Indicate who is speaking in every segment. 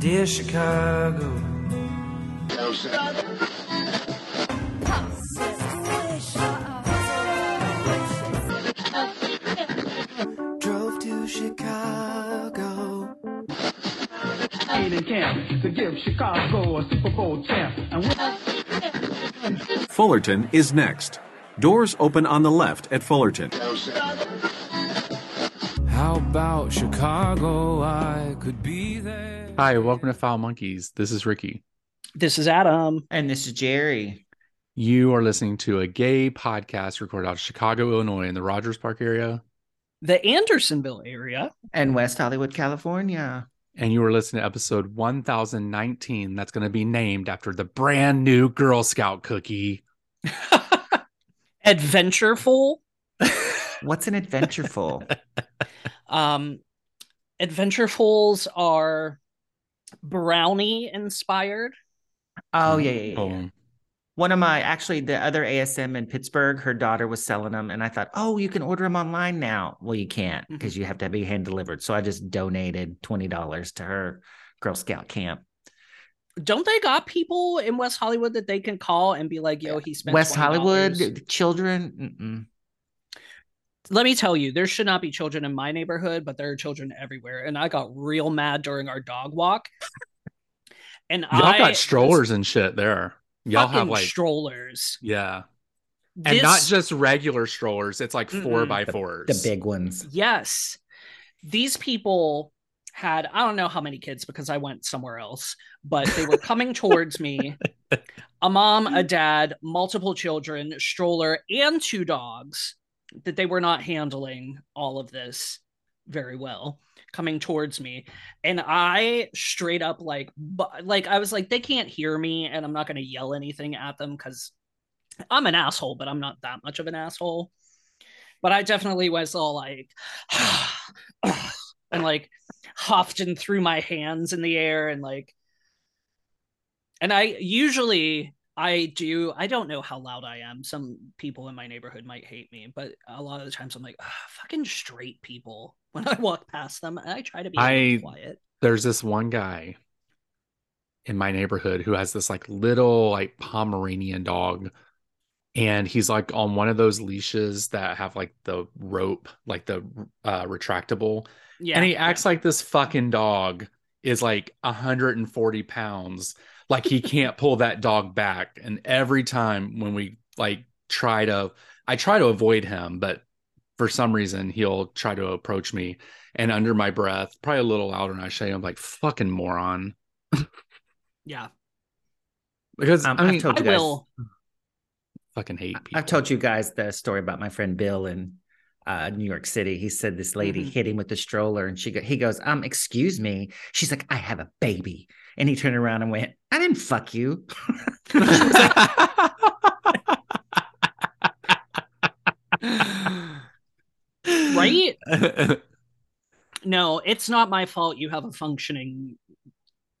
Speaker 1: Dear Chicago. Drove to Chicago.
Speaker 2: Ain't in camp to give Chicago a Super Bowl champ. And
Speaker 3: Fullerton is next. Doors open on the left at Fullerton.
Speaker 1: How about Chicago? I could be there.
Speaker 4: Hi, welcome to Foul Monkeys. This is Ricky.
Speaker 5: This is Adam.
Speaker 6: And this is Jerry.
Speaker 4: You are listening to a gay podcast recorded out of Chicago, Illinois, in the Rogers Park area.
Speaker 5: The Andersonville area.
Speaker 6: And West Hollywood, California.
Speaker 4: And you are listening to episode 1019 that's going to be named after the brand new Girl Scout cookie.
Speaker 5: Adventureful.
Speaker 6: What's an adventureful?
Speaker 5: Um, Adventurefuls are brownie inspired.
Speaker 6: oh, yeah, yeah, yeah, yeah.
Speaker 4: Boom.
Speaker 6: One of my, actually, the other ASM in Pittsburgh, her daughter was selling them. And I thought, oh, you can order them online now. Well, you can't because you have to be hand delivered. So I just donated $20 to her Girl Scout camp.
Speaker 5: Don't they got people in West Hollywood that they can call and be like, yo, he spent
Speaker 6: West
Speaker 5: $20.
Speaker 6: Hollywood, children. Mm-mm.
Speaker 5: Let me tell you, there should not be children in my neighborhood, but there are children everywhere. And I got real mad during our dog walk. And
Speaker 4: Y'all
Speaker 5: I
Speaker 4: got strollers and shit there. Y'all have
Speaker 5: fucking
Speaker 4: like,
Speaker 5: strollers.
Speaker 4: yeah. And
Speaker 5: This-
Speaker 4: not just regular strollers, it's like four
Speaker 5: Mm-mm.
Speaker 4: by
Speaker 6: The-
Speaker 4: fours.
Speaker 6: The big ones.
Speaker 5: Yes. These people had, I don't know how many kids because I went somewhere else, but they were coming towards me. A mom, a dad, multiple children, stroller, and two dogs that they were not handling all of this very well coming towards me and i straight up like bu- like i was like they can't hear me and i'm not going to yell anything at them cuz i'm an asshole but i'm not that much of an asshole but i definitely was all like and like huffed and threw my hands in the air and like and i usually i do i don't know how loud i am some people in my neighborhood might hate me but a lot of the times i'm like "Ugh, fucking straight people when i walk past them and i try to be
Speaker 4: I-
Speaker 5: quiet
Speaker 4: there's this one guy in my neighborhood who has this like little like pomeranian dog and he's like on one of those leashes that have like the rope like the uh retractable
Speaker 5: yeah
Speaker 4: and he acts like this fucking dog is like 140 pounds like he can't pull that dog back and every time when we like try to i try to avoid him but for some reason he'll try to approach me and under my breath probably a little louder than i should i'm like fucking moron
Speaker 5: yeah
Speaker 4: because
Speaker 6: Um,
Speaker 4: i
Speaker 6: I've
Speaker 4: mean
Speaker 6: told
Speaker 4: i
Speaker 5: i
Speaker 6: you guys-
Speaker 5: will
Speaker 4: fucking hate people
Speaker 6: I've told you guys the story about my friend Bill in uh, New York City. He said this lady
Speaker 5: Mhm.
Speaker 6: hit him with the stroller, and she go, he goes, "Um, excuse me." She's like, "I have a baby," and he turned around and went, "I didn't fuck you." She was like,
Speaker 5: right no it's not my fault you have a functioning
Speaker 6: yeah,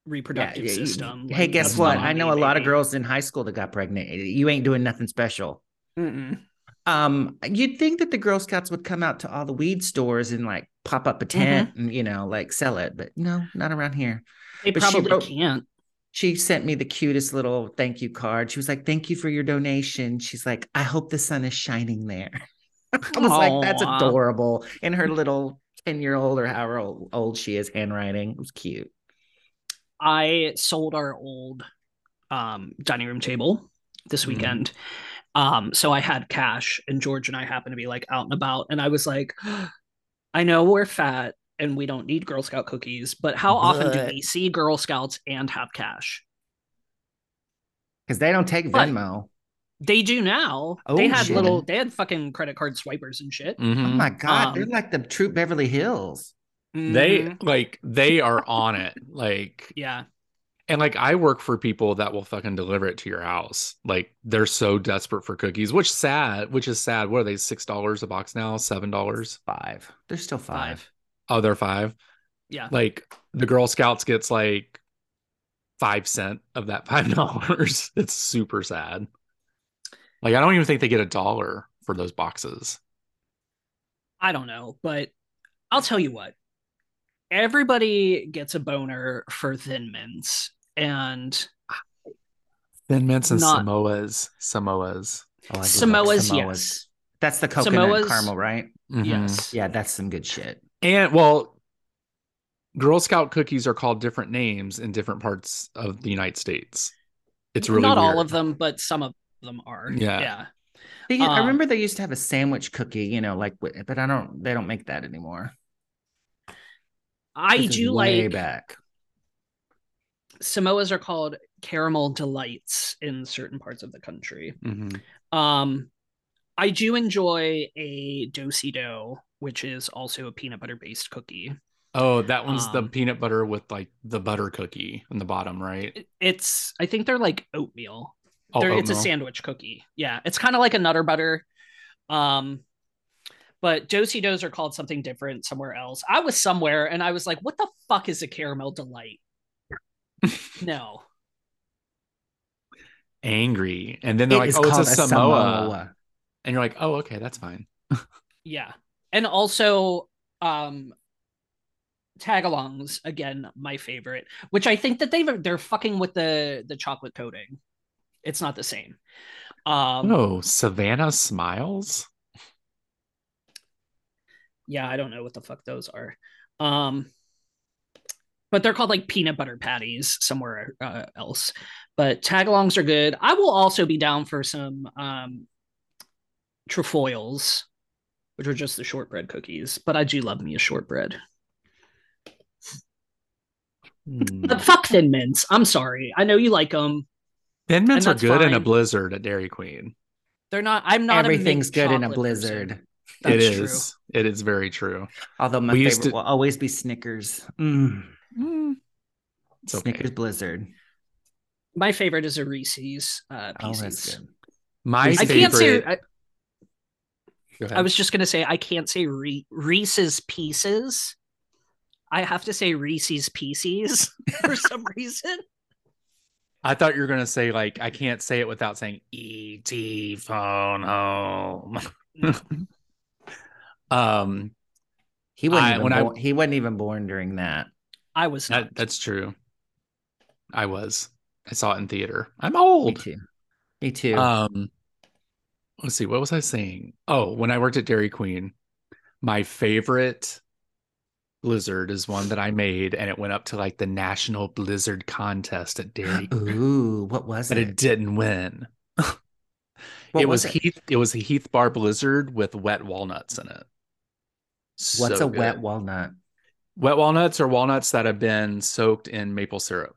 Speaker 5: reproductive
Speaker 6: yeah, you-
Speaker 5: system
Speaker 6: Hey,
Speaker 5: Like,
Speaker 6: guess
Speaker 5: that's
Speaker 6: what?
Speaker 5: not
Speaker 6: I
Speaker 5: me,
Speaker 6: know a lot of
Speaker 5: baby.
Speaker 6: girls in high school that got pregnant. You ain't doing nothing special.
Speaker 5: Mm-mm.
Speaker 6: Um, you'd think that the Girl Scouts would come out to all the weed stores and like pop up a
Speaker 5: Mm-hmm.
Speaker 6: tent and you know like sell it, but no, not around here.
Speaker 5: they
Speaker 6: But she
Speaker 5: probably
Speaker 6: wrote-
Speaker 5: can't
Speaker 6: she sent me the cutest little thank you card. She was like, Thank you for your donation. She's like, I hope the sun is shining there. I was like, That's
Speaker 5: Aw.
Speaker 6: adorable. In her little 10 year old or however old, old she is, handwriting. It was cute.
Speaker 5: I sold our old um, dining room table this
Speaker 6: Mhm.
Speaker 5: weekend. Um, so I had cash, and George and I happened to be like out and about. And I was like, I know we're fat and we don't need Girl Scout cookies, but how often do
Speaker 6: But-
Speaker 5: we see Girl Scouts and have cash?
Speaker 6: Because they don't take
Speaker 5: But-
Speaker 6: Venmo.
Speaker 5: They do now.
Speaker 6: Oh,
Speaker 5: they had
Speaker 6: shit.
Speaker 5: little, they had fucking credit card swipers and shit.
Speaker 6: Oh
Speaker 4: Mhm.
Speaker 6: my God. they're
Speaker 5: Um,
Speaker 6: like the true Beverly Hills.
Speaker 5: Mhm.
Speaker 6: Mm-hmm.
Speaker 4: they like they are on it like
Speaker 5: yeah.
Speaker 4: And like I work for people that will fucking deliver it to your house. Like they're so desperate for cookies, which sad, which is sad. What are they? Six dollars a box now? Seven dollars?
Speaker 6: Five. They're still five.
Speaker 5: Five.
Speaker 4: Oh, they're five.
Speaker 5: Yeah.
Speaker 4: Like the Girl Scouts gets like five cent of that five dollars. It's super sad. Like I don't even think they get a dollar for those boxes.
Speaker 5: I don't know, but I'll tell you what. everybody gets a boner for Thin Mints, and
Speaker 4: Thin mints and
Speaker 5: Not-
Speaker 4: Samoas. Samoas.
Speaker 6: Oh, I do love
Speaker 5: Samoa's, yes,
Speaker 6: That's the coconut
Speaker 5: Samoa's-
Speaker 6: caramel, right?
Speaker 4: Mhm.
Speaker 5: yes,
Speaker 6: Yeah, that's some good shit.
Speaker 4: And well, Girl Scout cookies are called different names in different parts of the United States. It's really
Speaker 5: not all
Speaker 4: weird.
Speaker 5: of them, but some of them are.
Speaker 4: Yeah.
Speaker 5: yeah.
Speaker 6: They- I
Speaker 5: Um,
Speaker 6: remember they used to have a sandwich cookie, you know, like, wi- but I don't. They don't make that anymore.
Speaker 5: I
Speaker 6: This is
Speaker 5: do
Speaker 6: way
Speaker 5: like
Speaker 6: back.
Speaker 5: Samoas are called caramel delights in certain parts of the country.
Speaker 6: Mm-hmm.
Speaker 4: Mhm.
Speaker 5: Um, I do enjoy a dosi dough, which is also a peanut butter based cookie.
Speaker 4: Oh, that one's the
Speaker 5: Um,
Speaker 4: peanut butter with like the butter cookie in the bottom, right?
Speaker 5: It- It's I think they're like oatmeal.
Speaker 4: Oh,
Speaker 5: They're- it's a
Speaker 4: oatmeal.
Speaker 5: sandwich cookie. Yeah, it's kind of like a nutter butter. Um, but dosi doughs are called something different somewhere else. I was somewhere and I was like, "What the fuck is a caramel delight?" no,
Speaker 4: Angry. And then they're
Speaker 6: It
Speaker 4: like,
Speaker 6: is
Speaker 4: oh, it's a
Speaker 6: called
Speaker 4: Samoa. And you're like, oh, okay, that's fine.
Speaker 5: yeah, and also um, tagalongs again, my favorite. Which I think that they they're fucking with the the chocolate coating. It's not the same. Um,
Speaker 4: Oh, Savannah smiles.
Speaker 5: yeah i don't know what the fuck those are um but they're called like peanut butter patties somewhere uh, else but tagalongs are good i will also be down for some um trefoils which are just the shortbread cookies but i do love me a shortbread but fuck thin mints i'm sorry i know you like them
Speaker 4: Thin mints are
Speaker 5: that's
Speaker 4: good in a
Speaker 5: fine.
Speaker 4: blizzard at Dairy Queen.
Speaker 5: they're not i'm not a mint
Speaker 6: Everything's good in a
Speaker 5: chocolate person.
Speaker 6: blizzard.
Speaker 4: it
Speaker 5: That's true.
Speaker 4: is. It is very true.
Speaker 6: Although my
Speaker 4: We used
Speaker 6: favorite
Speaker 4: to-
Speaker 6: will always be Snickers. Mm,
Speaker 4: It's okay.
Speaker 6: Snickers Blizzard.
Speaker 5: my favorite is a reese's uh
Speaker 6: Oh,
Speaker 5: pieces.
Speaker 6: that's good.
Speaker 4: My
Speaker 5: i
Speaker 4: favorite.
Speaker 5: can't say I,
Speaker 4: Go ahead.
Speaker 5: I was just gonna say I can't say Re- Reese's Pieces. I have to say Reese's Pieces for some reason.
Speaker 4: I thought you were gonna say like I can't say it without saying "et phone home." um,
Speaker 6: He wasn't
Speaker 4: I-
Speaker 6: even
Speaker 4: when I-
Speaker 6: born, he wasn't even born during that.
Speaker 5: I was not.
Speaker 4: that, that's true. I was. I saw it in theater. I'm
Speaker 6: Me
Speaker 4: old.
Speaker 6: too. Me too.
Speaker 4: Um, let's see. What was I saying? Oh, when I worked at Dairy Queen, my favorite blizzard is one that I made, and it went up to like the national blizzard contest at Dairy, Queen,
Speaker 6: Ooh, what was
Speaker 4: but
Speaker 6: it?
Speaker 4: it didn't win.
Speaker 6: What
Speaker 4: it was,
Speaker 6: it?
Speaker 4: Heath. It was a Heath Bar Blizzard with wet walnuts in it.
Speaker 6: What's
Speaker 4: So
Speaker 6: a wet
Speaker 4: good.
Speaker 6: walnut?
Speaker 4: wet walnuts or walnuts that have been soaked in maple syrup,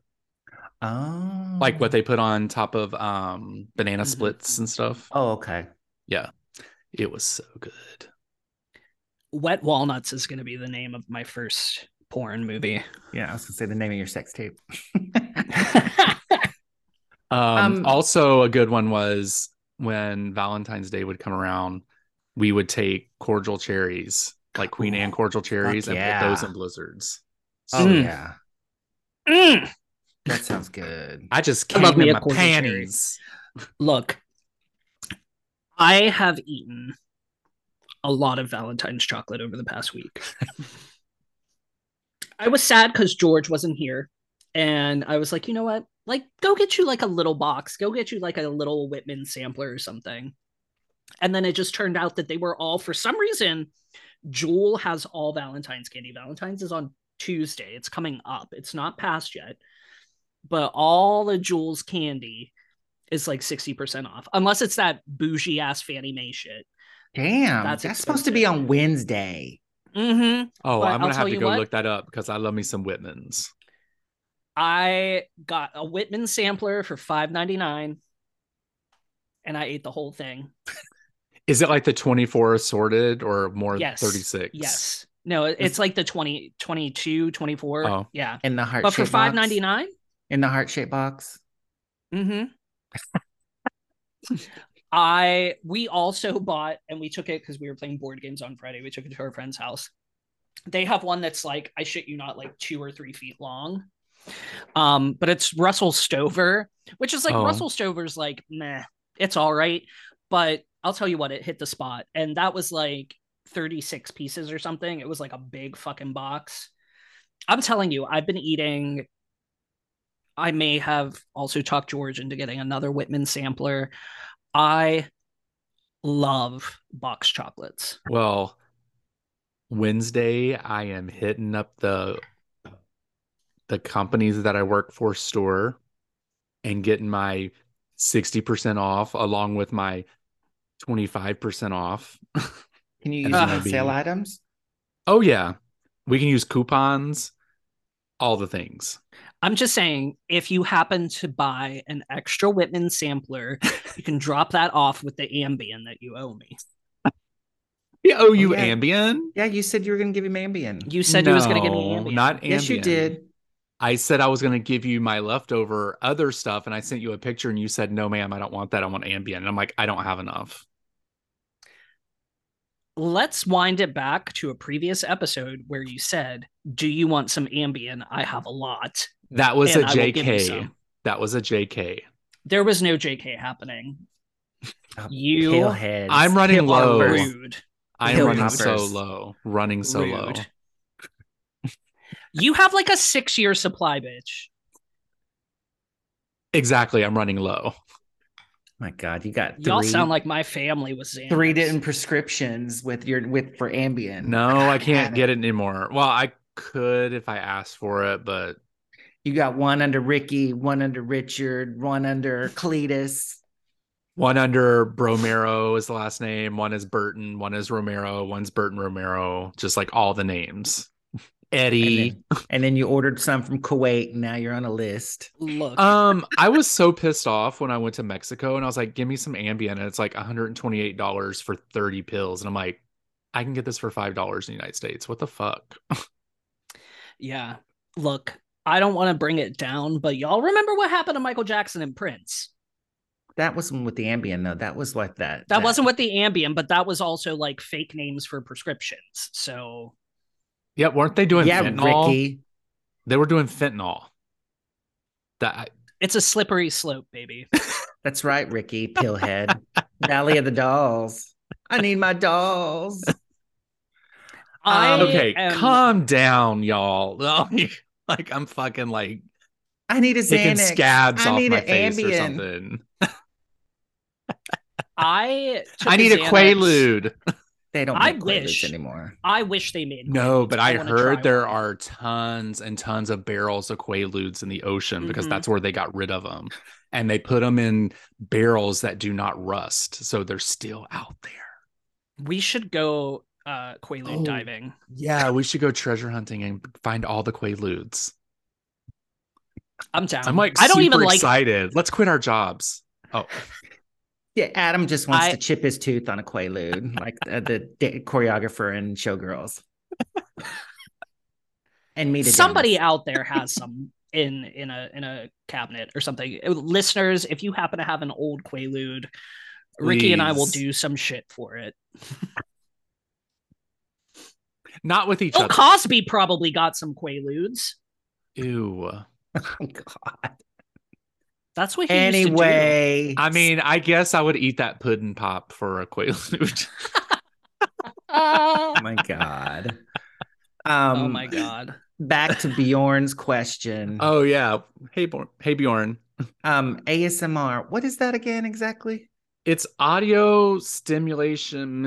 Speaker 6: Oh,
Speaker 4: like what they put on top of um banana
Speaker 5: Mhm.
Speaker 6: Mm-hmm.
Speaker 4: splits and stuff.
Speaker 6: Oh, okay.
Speaker 4: It was so good.
Speaker 5: Wet Walnuts is gonna be the name of my first porn movie.
Speaker 6: Yeah, I was gonna say the name of your sex tape.
Speaker 4: Hmm. Um,
Speaker 6: Um,
Speaker 4: also, a good one was when Valentine's Day would come around, we would take cordial cherries, like Queen
Speaker 6: Ooh,
Speaker 4: Anne cordial cherries, and put those
Speaker 6: Oh, yeah.
Speaker 4: in blizzards.
Speaker 6: oh
Speaker 4: Mm.
Speaker 6: yeah,
Speaker 5: Mm.
Speaker 6: that sounds good.
Speaker 4: I just
Speaker 5: I
Speaker 4: came
Speaker 5: love me
Speaker 4: in
Speaker 5: a
Speaker 4: my
Speaker 5: cordial cherry.
Speaker 4: panties.
Speaker 5: Look, I have eaten a lot of Valentine's chocolate over the past week. I was sad because George wasn't here. And I was like, you know what? Like, go get you like a little box, go get you like a little Whitman sampler or something. And then it just turned out that they were all, for some reason, Jewel has all Valentine's candy. Valentine's is on Tuesday. It's coming up, it's not past yet. But all the Jewel's candy is like 60% off, unless it's that bougie ass Fannie Mae shit.
Speaker 6: Damn,
Speaker 5: That's
Speaker 6: that's, supposed to be
Speaker 5: expensive.
Speaker 6: on Wednesday.
Speaker 5: Mm hmm.
Speaker 4: Oh,
Speaker 5: But
Speaker 4: I'm
Speaker 5: I'll
Speaker 4: gonna
Speaker 5: tell
Speaker 4: have to
Speaker 5: you
Speaker 4: go
Speaker 5: what.
Speaker 4: look that up because I love me some Whitmans.
Speaker 5: I got a Whitman sampler for five ninety nine, and I ate the whole thing.
Speaker 4: Is it like the 24 assorted or more
Speaker 5: Yes,
Speaker 4: 36?
Speaker 5: Yes, no, it- it's like the 20, 22, 24.
Speaker 4: Oh.
Speaker 5: Yeah,
Speaker 6: In the heart,
Speaker 5: but for five ninety nine.
Speaker 6: in the heart shaped box.
Speaker 5: Mm-hmm. I we also bought and we took it because we were playing board games on Friday. We took it to our friend's house. They have one that's like I shit you not, like two or three feet long. Um, but it's Russell Stover, which is like
Speaker 4: Oh.
Speaker 5: Russell Stover's like meh, it's all right. But I'll tell you what, it hit the spot, and that was like thirty six pieces or something. It was like a big fucking box, I'm telling you, I've been eating. I may have also talked George into getting another Whitman sampler. I love box chocolates.
Speaker 4: Well, Wednesday I am hitting up the the companies that I work for store and getting my 60% off along with my 25% off.
Speaker 6: Can you use
Speaker 4: Uh,
Speaker 6: them on sale
Speaker 4: maybe.
Speaker 6: items?
Speaker 4: oh yeah. We can use coupons, all the things.
Speaker 5: I'm just saying, if you happen to buy an extra Whitman sampler, you can drop that off with the Ambien that you owe me.
Speaker 4: Yeah, oh you
Speaker 6: yeah.
Speaker 4: Ambien?
Speaker 6: Yeah, you said you were going to give him Ambien.
Speaker 5: You said you was going to give me
Speaker 4: No,
Speaker 5: Ambien.
Speaker 4: Not Ambien.
Speaker 6: yes, you did.
Speaker 4: I said I was going to give you my leftover other stuff, and I sent you a picture, and you said, "No, ma'am, I don't want that. I want Ambien." And I'm like, "I don't have enough."
Speaker 5: Let's wind it back to a previous episode where you said, "Do you want some Ambien? I have a lot."
Speaker 4: That was
Speaker 5: And
Speaker 4: a
Speaker 5: I will give you
Speaker 4: JK.
Speaker 5: some.
Speaker 4: That was a JK.
Speaker 5: There was no JK happening.
Speaker 4: Uh,
Speaker 6: Oh,
Speaker 5: You
Speaker 6: Paleheads.
Speaker 4: I'm running
Speaker 5: are
Speaker 4: low.
Speaker 5: rude.
Speaker 4: I'm
Speaker 5: Hill
Speaker 4: running so
Speaker 6: hoppers.
Speaker 4: low. Running so low.
Speaker 5: Rude. You have like a six year supply, bitch.
Speaker 4: Exactly. I'm running low.
Speaker 6: My God, you got 3
Speaker 5: Y'all sound like my family was Xanax.
Speaker 6: three different prescriptions with your with for Ambien.
Speaker 4: No, I
Speaker 6: had
Speaker 4: can't
Speaker 6: it.
Speaker 4: get it anymore. Well, I could if I asked for it, but
Speaker 6: You got one under Ricky, one under Richard, one under Cletus.
Speaker 4: one under Bromero is the last name. One is Burton. One is Romero. One's Burton Romero. Just like all the names.
Speaker 6: And
Speaker 4: Eddie.
Speaker 6: then, and then you ordered some from Kuwait. And now you're on a list.
Speaker 5: Look,
Speaker 4: Um, I was so pissed off when I went to Mexico and I was like, give me some Ambien. And it's like $128 for 30 pills. And I'm like, I can get this for $5 in the United States. What the fuck?
Speaker 5: yeah, look, I don't want to bring it down, but y'all remember what happened to Michael Jackson and Prince?
Speaker 6: That wasn't with the Ambien though. That was like that.
Speaker 5: That wasn't with the Ambien, but that was also like fake names for prescriptions. So
Speaker 4: Yep. Weren't they doing
Speaker 6: yeah,
Speaker 4: fentanyl?
Speaker 6: Ricky.
Speaker 4: They were doing fentanyl. That
Speaker 5: it's a slippery slope, baby.
Speaker 4: Uh,
Speaker 6: That's right, Ricky Pillhead, Valley of the Dolls. I need my dolls.
Speaker 5: I
Speaker 6: Um,
Speaker 4: okay.
Speaker 5: am-
Speaker 4: Calm down, y'all. Like, like I'm fucking like
Speaker 6: I need a
Speaker 4: taking
Speaker 6: Xanax.
Speaker 4: scabs
Speaker 6: I
Speaker 4: off
Speaker 6: need
Speaker 4: my
Speaker 6: an
Speaker 4: face or
Speaker 6: Ambien.
Speaker 4: something.
Speaker 5: I took
Speaker 4: I need a
Speaker 5: Xanax.
Speaker 4: Quaalude.
Speaker 6: They don't.
Speaker 5: I
Speaker 6: Make I
Speaker 5: wish-
Speaker 6: anymore.
Speaker 5: I wish they made
Speaker 4: No,
Speaker 5: Quaaludes.
Speaker 4: but I,
Speaker 5: wanna try
Speaker 4: heard there
Speaker 5: one.
Speaker 4: are tons and tons of barrels of quaaludes in the ocean because
Speaker 5: Mhm.
Speaker 4: that's where they got rid of them, and they put them in barrels that do not rust, so they're still out there.
Speaker 5: We should go uh Quaalude
Speaker 4: Oh.
Speaker 5: diving.
Speaker 4: Yeah, we should go treasure hunting and find all the quaaludes.
Speaker 5: I'm down.
Speaker 4: I'm like,
Speaker 5: I don't
Speaker 4: super
Speaker 5: even like
Speaker 4: excited. Let's quit our jobs. Oh,
Speaker 6: Yeah, Adam just wants
Speaker 5: I-
Speaker 6: to chip his tooth on a Quaalude, like uh, the da- choreographer in Showgirls. and me to
Speaker 5: somebody out there has some in in a in a cabinet or something. Uh, Listeners, if you happen to have an old Quaalude, Ricky and I will
Speaker 4: Please.
Speaker 5: do some shit for it.
Speaker 4: not with each
Speaker 5: Bill
Speaker 4: other.
Speaker 5: Oh, Cosby probably got some Quaaludes.
Speaker 4: Ew.
Speaker 6: Oh, God.
Speaker 5: That's what he Used to do.
Speaker 6: Anyway,
Speaker 4: I mean, I guess I would eat that pudding pop for a quaalude.
Speaker 5: Ah.
Speaker 6: oh my God. Um,
Speaker 5: oh my god.
Speaker 6: Back to Bjorn's question.
Speaker 4: oh yeah. Hey, Bor- hey Bjorn.
Speaker 6: Um, ASMR. What is that again exactly?
Speaker 4: It's audio stimulation.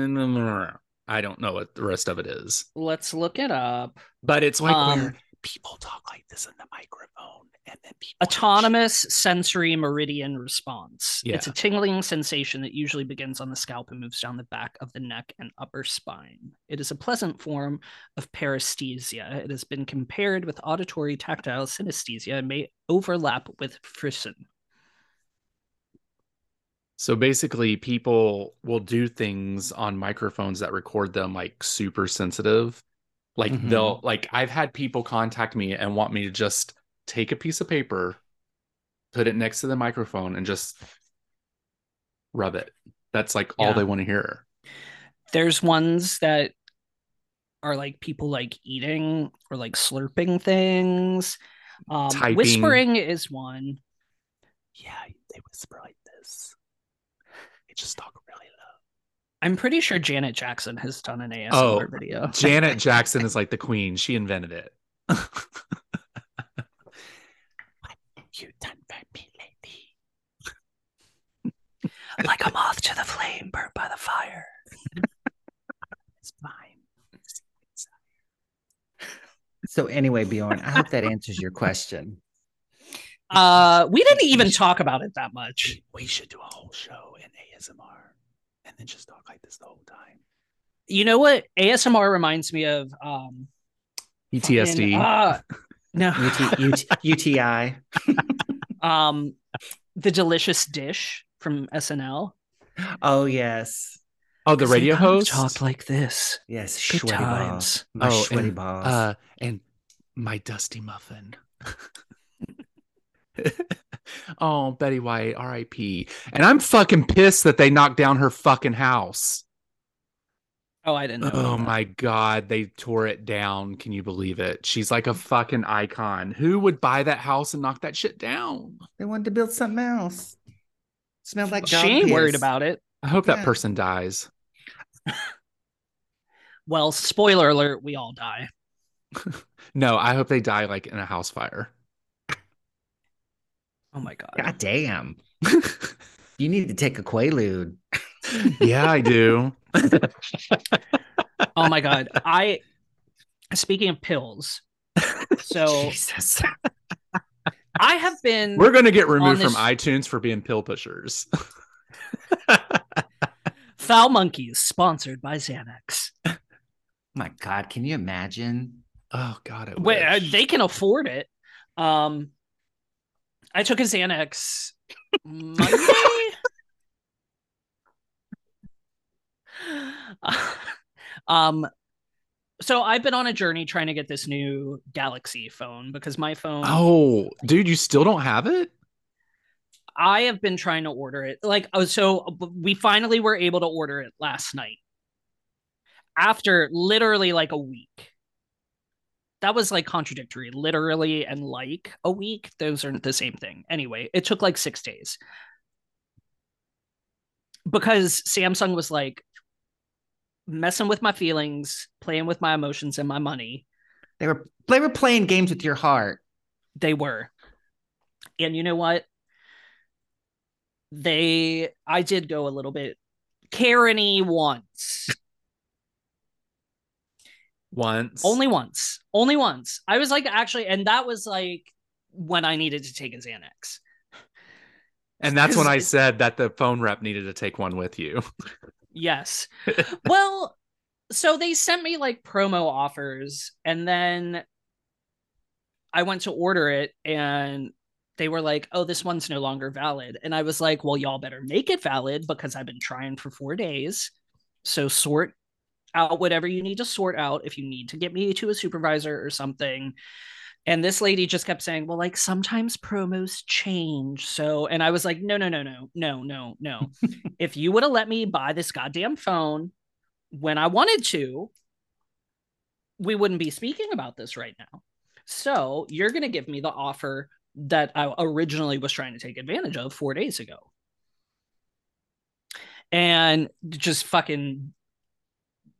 Speaker 4: I don't know what the rest of it is,
Speaker 5: Let's look it up.
Speaker 4: but it's like
Speaker 5: Um,
Speaker 4: where people talk like this in the microphone, and then people
Speaker 5: Autonomous sensory meridian response. It's
Speaker 4: Yeah.
Speaker 5: a tingling sensation that usually begins on the scalp and moves down the back of the neck and upper spine. It is a pleasant form of paresthesia. It has been compared with auditory tactile synesthesia and may overlap with frisson.
Speaker 4: So basically, people will do things on microphones that record them like super sensitive. Like
Speaker 6: Mhm.
Speaker 4: they'll like I've had people contact me and want me to just take a piece of paper, put it next to the microphone, and just rub it. That's like all
Speaker 5: Yeah.
Speaker 4: they want to hear.
Speaker 5: There's ones that are like people like eating or like slurping things. Um,
Speaker 4: Typing.
Speaker 5: whispering is one.
Speaker 4: Yeah, they whisper like this. They just talk really low.
Speaker 5: I'm pretty sure Janet Jackson has done an ASMR
Speaker 4: Oh,
Speaker 5: video.
Speaker 4: Janet Jackson is like the queen. She invented it.
Speaker 6: You done for me lately?
Speaker 5: like a moth to the flame, burnt by the fire.
Speaker 6: It's fine. So anyway, Bjorn, I hope that answers your question.
Speaker 5: Uh, we didn't even talk about it that much.
Speaker 7: We should do a whole show in ASMR and then just talk like this the whole time.
Speaker 5: You know what? ASMR reminds me of um
Speaker 4: PTSD.
Speaker 5: fucking- ah, no,
Speaker 6: UT, UT, UTI.
Speaker 5: um, the delicious dish from SNL.
Speaker 6: Oh yes,
Speaker 4: oh, the
Speaker 5: They
Speaker 4: radio
Speaker 5: kind of
Speaker 4: host.
Speaker 5: talked like this.
Speaker 6: yes.
Speaker 5: Good
Speaker 6: sweaty balls.
Speaker 5: times.
Speaker 6: My
Speaker 4: Oh,
Speaker 6: sweaty
Speaker 4: and,
Speaker 6: balls.
Speaker 4: Uh, and my dusty muffin. oh, Betty White, R.I.P. And I'm fucking pissed that they knocked down her fucking house.
Speaker 5: Oh, I didn't know.
Speaker 4: Oh
Speaker 5: about that.
Speaker 4: my god, they tore it down. Can you believe it? She's like a fucking icon. Who would buy that house and knock that shit down?
Speaker 6: they wanted to build something else. Smelled like dog
Speaker 5: She ain't worried
Speaker 6: piss.
Speaker 5: about it.
Speaker 4: I hope
Speaker 6: Yeah.
Speaker 4: that person dies.
Speaker 5: Well, spoiler alert, we all die.
Speaker 4: No, I hope they die like in a house fire.
Speaker 5: Oh my god.
Speaker 6: God damn. You need to take a quaalude.
Speaker 4: yeah, I do.
Speaker 5: Oh my god. I speaking of pills. So
Speaker 6: Jesus. Oh
Speaker 5: I have been
Speaker 4: We're gonna get removed
Speaker 5: this-
Speaker 4: from iTunes for being pill pushers.
Speaker 5: Foul Monkeys sponsored by Xanax.
Speaker 6: My God, can you imagine?
Speaker 4: Oh god, I
Speaker 5: Wait, uh,
Speaker 4: wish.
Speaker 5: they can afford it. Um I took a Xanax Monday. um so I've been on a journey trying to get this new Galaxy phone because my phone
Speaker 4: Oh, dude, you still don't have it?
Speaker 5: I have been trying to order it. Like, oh, so b- we finally were able to order it last night after literally like a week. That was like contradictory. Literally and like a week. Those aren't the same thing. Anyway, it took like six days because Samsung was like messing with my feelings, playing with my emotions and my money.
Speaker 6: They were they were playing games with your heart.
Speaker 5: They were. And you know what? They I did go a little bit Karen-y once.
Speaker 4: Once.
Speaker 5: Only once. Only once. I was like actually and that was like when I needed to take a Xanax.
Speaker 4: and that's when I
Speaker 5: 'cause-
Speaker 4: said that the phone rep needed to take one with you.
Speaker 5: Yes. well, so they sent me like promo offers and then I went to order it and they were like, "Oh, this one's no longer valid." And I was like, "Well, y'all better make it valid because I've been trying for 4 days." So sort out whatever you need to sort out if you need to get me to a supervisor or something. And this lady just kept saying, "Well, like sometimes promos change." So, and I was like, "No, no, no, no. No, no, no if you would have let me buy this goddamn phone when I wanted to, we wouldn't be speaking about this right now. So you're going to give me the offer that I originally was trying to take advantage of four days ago. And just fucking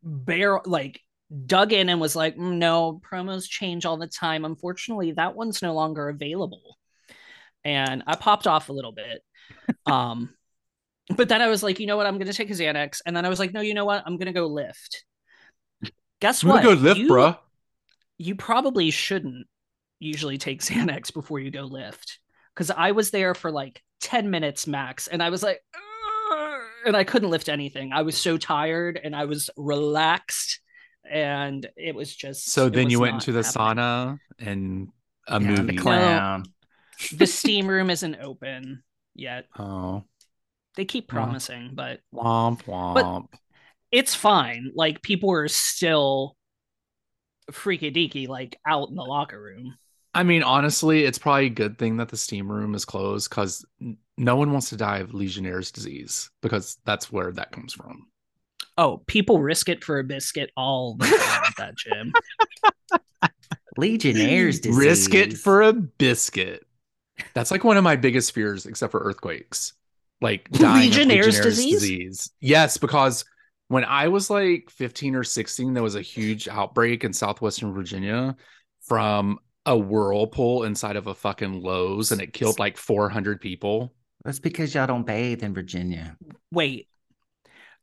Speaker 5: bear like dug in and was like, "Mm, no, promos change all the time. Unfortunately, that one's no longer available. And I popped off a little bit. Um, but then I was like, you know what? I'm gonna take a Xanax. And then I was like, no, you know what? I'm gonna go lift. Guess what? You- You probably shouldn't usually take Xanax before you go lift. Cause I was there for like 10 minutes max and I was like, "Ugh," and I couldn't lift anything. I was so tired and I was relaxed and it was just
Speaker 4: So
Speaker 5: it
Speaker 4: then
Speaker 5: was
Speaker 4: you went
Speaker 5: not
Speaker 4: into the
Speaker 5: happening.
Speaker 4: sauna and a
Speaker 6: Yeah,
Speaker 4: movie.
Speaker 6: The clown.
Speaker 5: the steam room isn't open yet.
Speaker 4: Oh,
Speaker 5: They keep
Speaker 4: Wow.
Speaker 5: promising, but
Speaker 4: womp womp.
Speaker 5: it's fine. Like people are still freaky deaky, like out in the locker room.
Speaker 4: I mean, honestly, it's probably a good thing that the steam room is closed because no one wants to die of Legionnaire's disease because that's where that comes from.
Speaker 5: Oh, people risk it for a biscuit all the time at that gym.
Speaker 6: Legionnaires disease.
Speaker 4: Risk it for a biscuit. That's like one of my biggest fears, except for earthquakes. Like dying
Speaker 5: Legionnaire's
Speaker 4: Legionnaires, of Legionnaire's
Speaker 5: disease?
Speaker 4: disease? Yes, because when I was like 15 or 16, there was a huge outbreak in southwestern Virginia. from a whirlpool inside of a fucking Lowe's and it killed like 400 people.
Speaker 6: That's because y'all don't bathe in Virginia.
Speaker 5: Wait.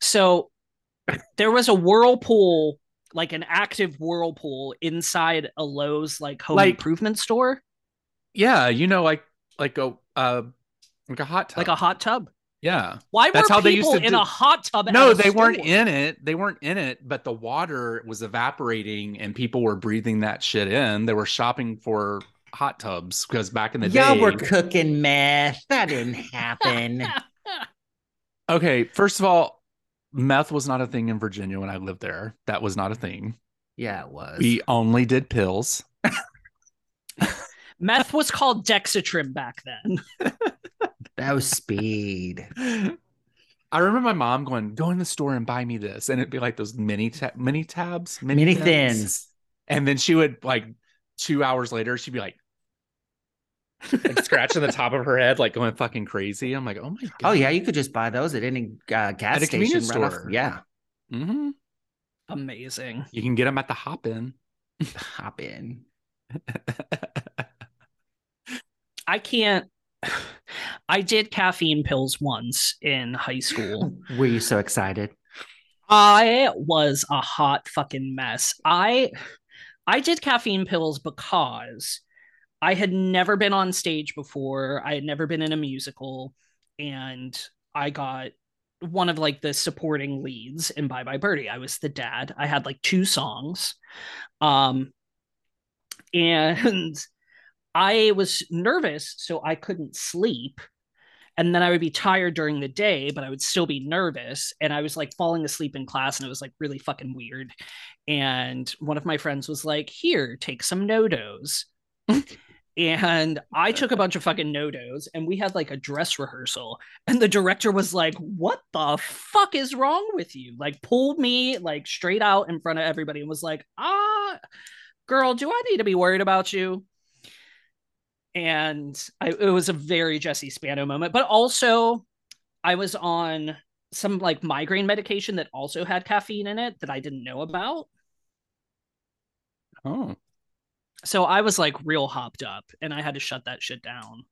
Speaker 5: So there was a whirlpool, like an active whirlpool inside a Lowe's like home
Speaker 4: Like-
Speaker 5: improvement store,
Speaker 4: Yeah, you know, like like a uh, like a hot tub.
Speaker 5: like a hot tub.
Speaker 4: yeah.
Speaker 5: Why
Speaker 4: That's
Speaker 5: were
Speaker 4: how they used
Speaker 5: people
Speaker 4: to
Speaker 5: in
Speaker 4: do-
Speaker 5: a hot tub? at
Speaker 4: No,
Speaker 5: a
Speaker 4: they weren't
Speaker 5: store?
Speaker 4: in it. They weren't in it, but the water was evaporating and people were breathing that shit in. They were shopping for hot tubs because back in the
Speaker 6: Y'all
Speaker 4: day.
Speaker 6: were cooking meth. That didn't happen.
Speaker 4: okay, first of all, meth was not a thing in Virginia when I lived there. That was not a thing.
Speaker 6: yeah, it was.
Speaker 4: We only did pills.
Speaker 5: Meth was called Dexatrim back then.
Speaker 6: that was speed.
Speaker 4: I remember my mom going, "Go in the store and buy me this," and it'd be like those mini ta- mini tabs,
Speaker 6: Mini
Speaker 4: tabs.
Speaker 6: thins.
Speaker 4: And then she would like two hours later, she'd be like, like scratching the top of her head, like going fucking crazy. I'm like, "Oh my god!"
Speaker 6: Oh yeah, you could just buy those at any uh, gas
Speaker 4: At a
Speaker 6: station.
Speaker 4: convenience
Speaker 6: right off-
Speaker 4: store.
Speaker 6: Yeah,
Speaker 4: hmm
Speaker 5: Amazing.
Speaker 4: you can get them at the Hop In.
Speaker 6: hop in.
Speaker 5: I can't. I did caffeine pills once in high school.
Speaker 6: Were you so excited?
Speaker 5: I was a hot fucking mess. I I did caffeine pills because I had never been on stage before. I had never been in a musical and I got one of like the supporting leads in Bye Bye Birdie. I was the dad. I had like two songs. Um and I was nervous so I couldn't sleep and then I would be tired during the day, but I would still be nervous. And I was like falling asleep in class, and it was like really fucking weird. And one of my friends was like, Here, take some nodos. and I took a bunch of fucking nodos, and we had like a dress rehearsal. And the director was like, What the fuck is wrong with you? Like, pulled me like straight out in front of everybody and was like, Ah, girl, do I need to be worried about you? and I, it was a very Jesse Spano moment. But also, I was on some like migraine medication that also had caffeine in it that I didn't know about.
Speaker 4: Oh,
Speaker 5: So I was like real hopped up, and I had to shut that shit down.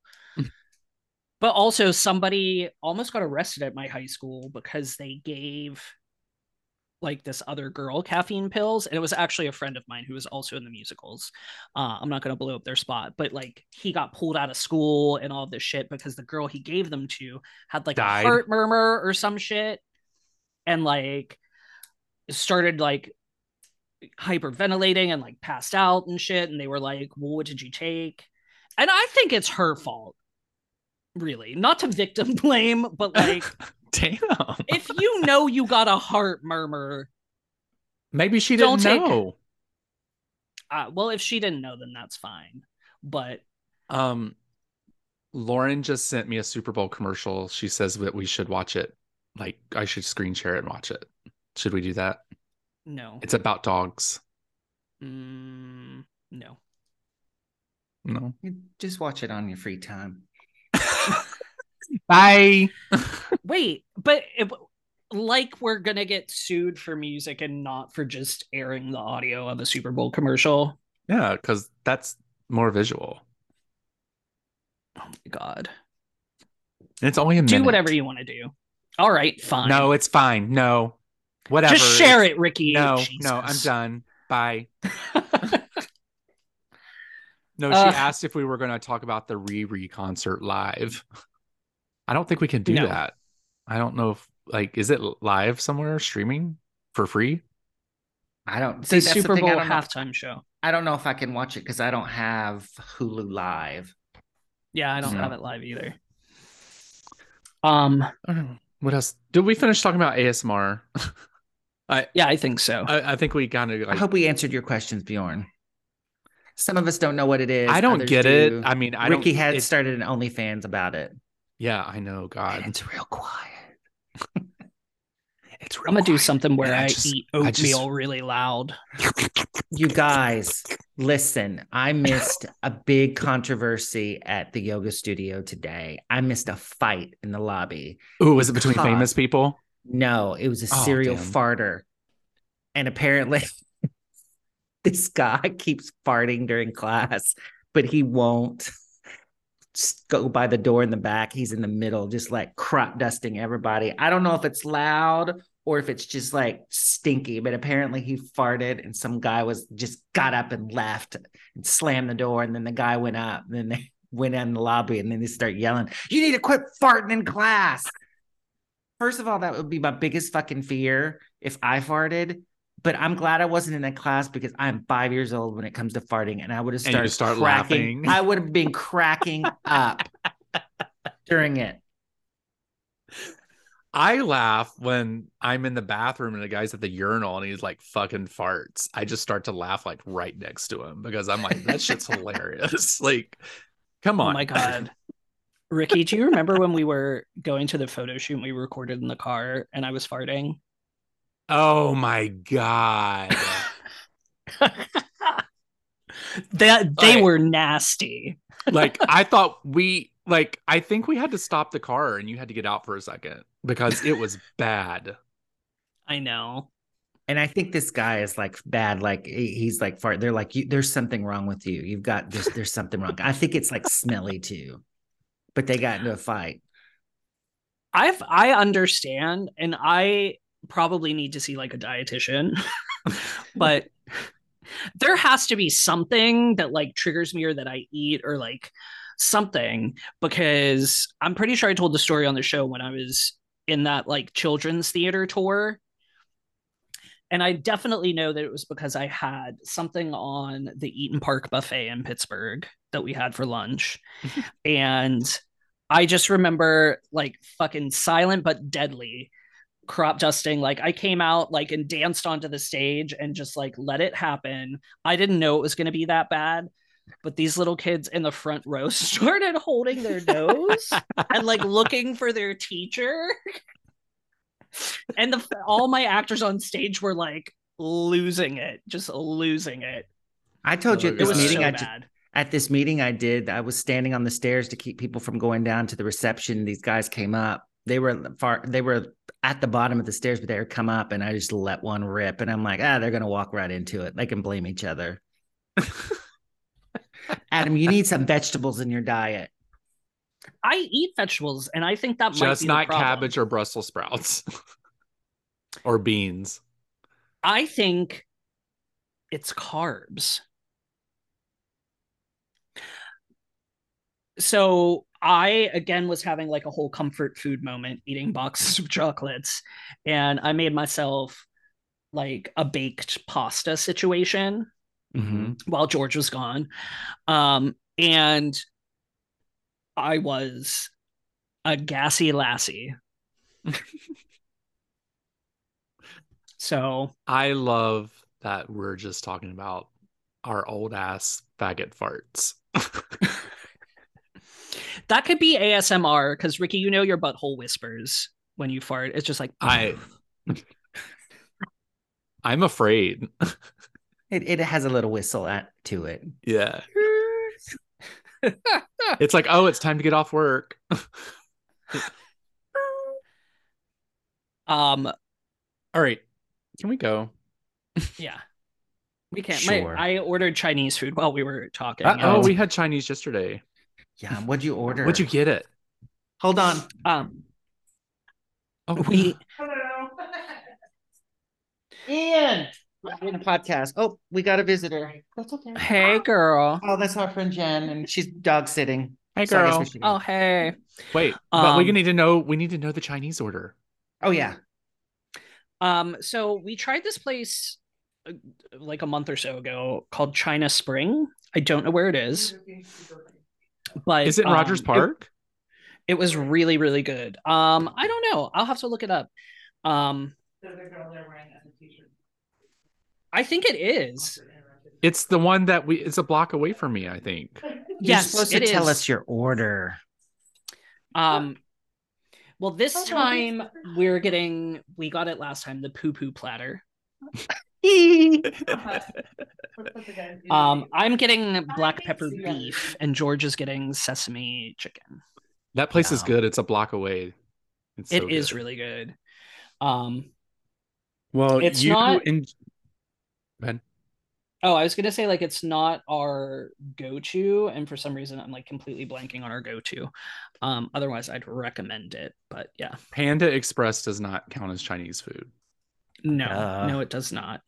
Speaker 5: but also, somebody almost got arrested at my high school because they gave like this other girl caffeine pills and it was actually a friend of mine who was also in the musicals uh, i'm not going to blow up their spot but like he got pulled out of school and all this shit because the girl he gave them to had like
Speaker 4: Died.
Speaker 5: a heart murmur or some shit and like started like hyperventilating and like passed out and shit and they were like well what did you take and i think it's her fault really not to victim blame but like
Speaker 4: damn!
Speaker 5: if you know you got a heart murmur
Speaker 4: Maybe she
Speaker 5: Don't
Speaker 4: didn't
Speaker 5: take-
Speaker 4: know.
Speaker 5: uh, well if she didn't know then that's fine but
Speaker 4: Um, Lauren just sent me a Super Bowl commercial. She says that we should watch it. Like, I should screen share it and watch it. Should we do that?
Speaker 5: no
Speaker 4: It's about dogs.
Speaker 5: mm, no
Speaker 4: No.
Speaker 6: You Just watch it on your free time.
Speaker 4: Bye.
Speaker 5: wait but it, like we're gonna get sued for music and not for just airing the audio of a super bowl commercial
Speaker 4: Yeah, because that's more visual.
Speaker 5: oh my god
Speaker 4: And it's only a minute.
Speaker 5: do whatever you want to do all right fine
Speaker 4: No, it's fine. No, whatever.
Speaker 5: just share it ricky
Speaker 4: No,
Speaker 5: Jesus.
Speaker 4: no, I'm done. Bye. No, she
Speaker 5: Ugh.
Speaker 4: asked if we were going to talk about the Riri concert live. I don't think we can do
Speaker 5: No.
Speaker 4: that. I don't know if like is it live somewhere streaming for free?
Speaker 6: I don't see
Speaker 5: the
Speaker 6: that's
Speaker 5: super
Speaker 6: the thing, I
Speaker 5: bowl
Speaker 6: don't know-
Speaker 5: halftime show
Speaker 6: I don't know if I can watch it because I don't have Hulu Live.
Speaker 5: yeah i don't
Speaker 4: So-
Speaker 5: have it live either um
Speaker 4: I don't know. What else? Did we finish talking about ASMR?
Speaker 5: yeah i think so
Speaker 4: I, I think we kind of
Speaker 6: I
Speaker 4: like
Speaker 6: hope we answered your questions, Bjorn. Some of us don't know what it is.
Speaker 4: I don't
Speaker 6: others
Speaker 4: get
Speaker 6: do.
Speaker 4: it. I mean, I
Speaker 6: Ricky
Speaker 4: don't
Speaker 6: had
Speaker 4: it's-
Speaker 6: started an OnlyFans about it.
Speaker 4: Yeah, I know,
Speaker 6: And
Speaker 4: god.
Speaker 6: it's real quiet.
Speaker 4: It's
Speaker 5: I'm gonna do something where
Speaker 4: Yeah, I
Speaker 5: I,
Speaker 4: just-
Speaker 5: eat
Speaker 4: I
Speaker 5: oatmeal
Speaker 4: just-
Speaker 5: really loud.
Speaker 6: You guys, listen, I missed a big controversy at the yoga studio today. I missed a fight in the lobby.
Speaker 4: Ooh, is it between
Speaker 6: God.
Speaker 4: famous people?
Speaker 6: No, it was a
Speaker 4: Oh,
Speaker 6: serial
Speaker 4: damn.
Speaker 6: farter. And apparently this guy keeps farting during class, but he won't just go by the door in the back. He's in the middle, just like crop dusting everybody. I don't know if it's loud or if it's just like stinky, but apparently he farted and some guy was just got up and left and slammed the door. And then the guy went up and then they went in the lobby and then they start yelling, You need to quit farting in class. First of all, that would be my biggest fucking fear if I farted. But I'm glad I wasn't in that class because I'm five years old when it comes to farting, and I would have
Speaker 4: And you
Speaker 6: started
Speaker 4: just start
Speaker 6: cracking.
Speaker 4: laughing.
Speaker 6: I would have been cracking up during it.
Speaker 4: I laugh when I'm in the bathroom and the guy's at the urinal and he's like fucking farts. I just start to laugh like right next to him because I'm like, that shit's hilarious. Like, come on.
Speaker 5: Oh my god. Ricky, do you remember when we were going to the photo shoot and we recorded in the car and I was farting?
Speaker 4: Oh my god.
Speaker 5: That they
Speaker 4: Alright.
Speaker 5: were nasty.
Speaker 4: like I thought we like I think we had to stop the car and you had to get out for a second because it was bad.
Speaker 5: I know.
Speaker 6: And I think this guy is like bad. Like he- he's like fart. They're like, you, there's something wrong with you. You've got there's there's something wrong. I think it's like smelly too. But they got into a fight.
Speaker 5: I've I understand and I probably need to see like a dietitian. but there has to be something that like triggers me or that I eat or like something because I'm pretty sure I told the story on the show when I was in that like children's theater tour. And I definitely know that it was because I had something on the Eaton Park buffet in Pittsburgh that we had for lunch. and I just remember like fucking silent but deadly crop dusting. Like I came out like and danced onto the stage and just like let it happen. I didn't know it was going to be that bad. But these little kids in the front row started holding their nose and like looking for their teacher. And the all my actors on stage were like losing it, just losing it.
Speaker 6: I told you
Speaker 4: Oh,
Speaker 6: at
Speaker 5: It
Speaker 6: this
Speaker 5: was
Speaker 6: meeting
Speaker 5: so
Speaker 6: I, ju-
Speaker 5: bad.
Speaker 6: at this meeting I did, I was standing on the stairs to keep people from going down to the reception. These guys came up. They were far they were at the bottom of the stairs, but they would come up and I just let one rip. And I'm like, ah, they're gonna walk right into it. They can blame each other. Adam, you need some vegetables in your diet.
Speaker 5: I eat vegetables, and I think that might
Speaker 4: Just
Speaker 5: be
Speaker 4: not
Speaker 5: the problem.
Speaker 4: cabbage or Brussels sprouts or beans.
Speaker 5: I think it's carbs. So I again was having like a whole comfort food moment eating boxes of chocolates and I made myself like a baked pasta situation
Speaker 4: Mm-hmm.
Speaker 5: while George was gone. Um, and I was a gassy lassie. so
Speaker 4: I love that we're just talking about our old ass faggot farts.
Speaker 5: that could be ASMR because Ricky, you know your butthole whispers when you fart. It's just like
Speaker 4: I I'm afraid.
Speaker 6: It it has a little whistle at, to it.
Speaker 4: Yeah. it's like, oh, it's time to get off work.
Speaker 5: um
Speaker 4: All right. Can we go?
Speaker 5: yeah. We can't. my-
Speaker 6: Sure.
Speaker 5: I ordered Chinese food while we were talking.
Speaker 4: Uh, oh,
Speaker 5: and,
Speaker 4: we had Chinese yesterday.
Speaker 6: Yeah. What'd you order?
Speaker 4: What'd you get it?
Speaker 6: Hold on.
Speaker 5: um
Speaker 4: Oh,
Speaker 5: we
Speaker 6: Ian. We're in a podcast. Oh, we got a visitor. That's okay.
Speaker 5: hey girl.
Speaker 6: Oh, that's our friend Jen, and she's dog sitting.
Speaker 4: hey
Speaker 6: So I guess
Speaker 4: girl.
Speaker 6: we should
Speaker 5: Oh
Speaker 6: go.
Speaker 5: hey.
Speaker 4: Wait, but we
Speaker 5: Um,
Speaker 4: need to know. We need to know the Chinese order.
Speaker 6: oh yeah.
Speaker 5: Um so we tried this place uh, like a month or so ago called China Spring. I don't know where it is. But
Speaker 4: Is it in Rogers
Speaker 5: um,
Speaker 4: Park?
Speaker 5: It was really, really good. Um, I don't know. I'll have to look it up. Um, I think it is.
Speaker 4: it's the one that we. It's a block away from me. I think.
Speaker 5: yes,
Speaker 6: You're supposed to
Speaker 5: it
Speaker 6: tell
Speaker 5: is.
Speaker 6: us your order.
Speaker 5: Um, well, this time we're getting. We got it last time. The poo poo platter. Um, I'm getting black pepper beef, and George is getting sesame chicken.
Speaker 4: That place is
Speaker 6: Yeah.
Speaker 4: good. It's a block away. It's
Speaker 5: It is
Speaker 4: so good.
Speaker 5: really good. Um,
Speaker 4: well.
Speaker 5: it's
Speaker 4: you
Speaker 5: not-
Speaker 4: en-
Speaker 5: Oh, I was gonna say like it's not our go-to, and for some reason I'm like completely blanking on our go-to. Um, otherwise I'd recommend it, but yeah,
Speaker 4: Panda Express does not count as Chinese food.
Speaker 5: no,
Speaker 6: Uh.
Speaker 5: no, it does not.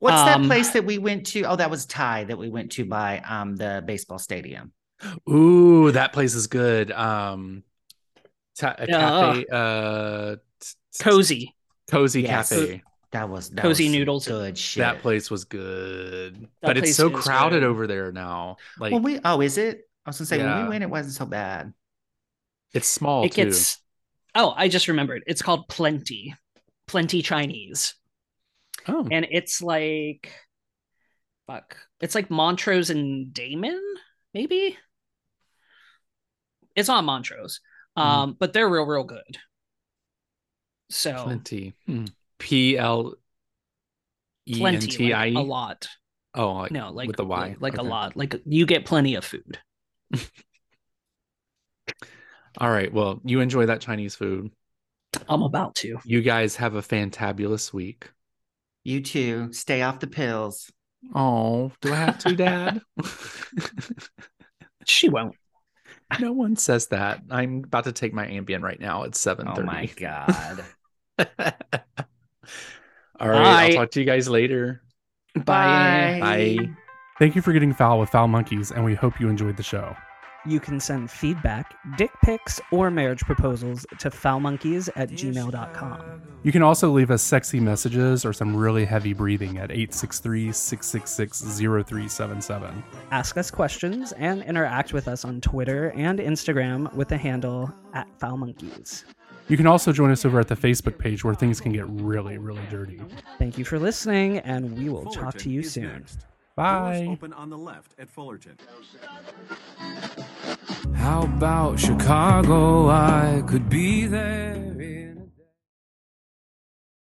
Speaker 6: What's
Speaker 5: Um,
Speaker 6: that place that we went to? Oh, that was Thai that we went to by um the baseball stadium.
Speaker 4: Ooh, that place is good. Um, ta- a cafe, uh, t- t-
Speaker 5: Cozy,
Speaker 4: cozy
Speaker 6: Yes.
Speaker 4: cafe.
Speaker 6: That was that
Speaker 5: Cozy
Speaker 6: was some
Speaker 5: noodles.
Speaker 6: Good shit.
Speaker 4: That place was good,
Speaker 5: That
Speaker 4: but
Speaker 5: place
Speaker 4: it's so
Speaker 5: is
Speaker 4: crowded
Speaker 5: good.
Speaker 4: over there now. Like
Speaker 6: when we oh, is it? I was gonna say when
Speaker 4: Yeah.
Speaker 6: we went, it wasn't so bad.
Speaker 4: it's small
Speaker 5: it
Speaker 4: too.
Speaker 5: gets. Oh, I just remembered. It's called Plenty, Plenty Chinese,
Speaker 4: oh,
Speaker 5: and it's like, fuck, it's like Montrose and Damon, maybe. It's not Montrose,
Speaker 4: Mhm.
Speaker 5: um, but they're real, real good. So.
Speaker 4: plenty. Hmm. P L E N
Speaker 5: plenty
Speaker 4: T I
Speaker 5: like,
Speaker 4: E.
Speaker 5: a lot
Speaker 4: Oh, like,
Speaker 5: no like
Speaker 4: with the Y.
Speaker 5: like, like a
Speaker 4: Okay.
Speaker 5: lot like you get plenty of food
Speaker 4: All right. Well, you enjoy that Chinese food.
Speaker 5: i'm about to
Speaker 4: You guys have a fantabulous week.
Speaker 6: You two stay off the pills.
Speaker 4: Oh, do I have to, Dad?
Speaker 5: she won't
Speaker 4: no one says that. I'm about to take my Ambien right now. It's seven
Speaker 6: Oh
Speaker 4: thirty.
Speaker 6: my god.
Speaker 4: All right.
Speaker 5: Bye.
Speaker 4: I'll talk to you guys later.
Speaker 5: Bye.
Speaker 4: Bye.
Speaker 8: Thank you for getting foul with Foul Monkeys, and we hope you enjoyed the show.
Speaker 9: You can send feedback, dick pics, or marriage proposals to foulmonkeys at gmail.com.
Speaker 8: You can also leave us sexy messages or some really heavy breathing at 863 666 0377.
Speaker 9: Ask us questions and interact with us on Twitter and Instagram with the handle at foulmonkeys.
Speaker 8: You can also join us over at the Facebook page where things can get really, really dirty.
Speaker 9: Thank you for listening, and we will talk to
Speaker 3: Fullerton
Speaker 9: you
Speaker 3: is
Speaker 9: soon.
Speaker 3: next.
Speaker 8: Bye.
Speaker 3: Doors open on the left at Fullerton.
Speaker 1: How about Chicago? I could be there.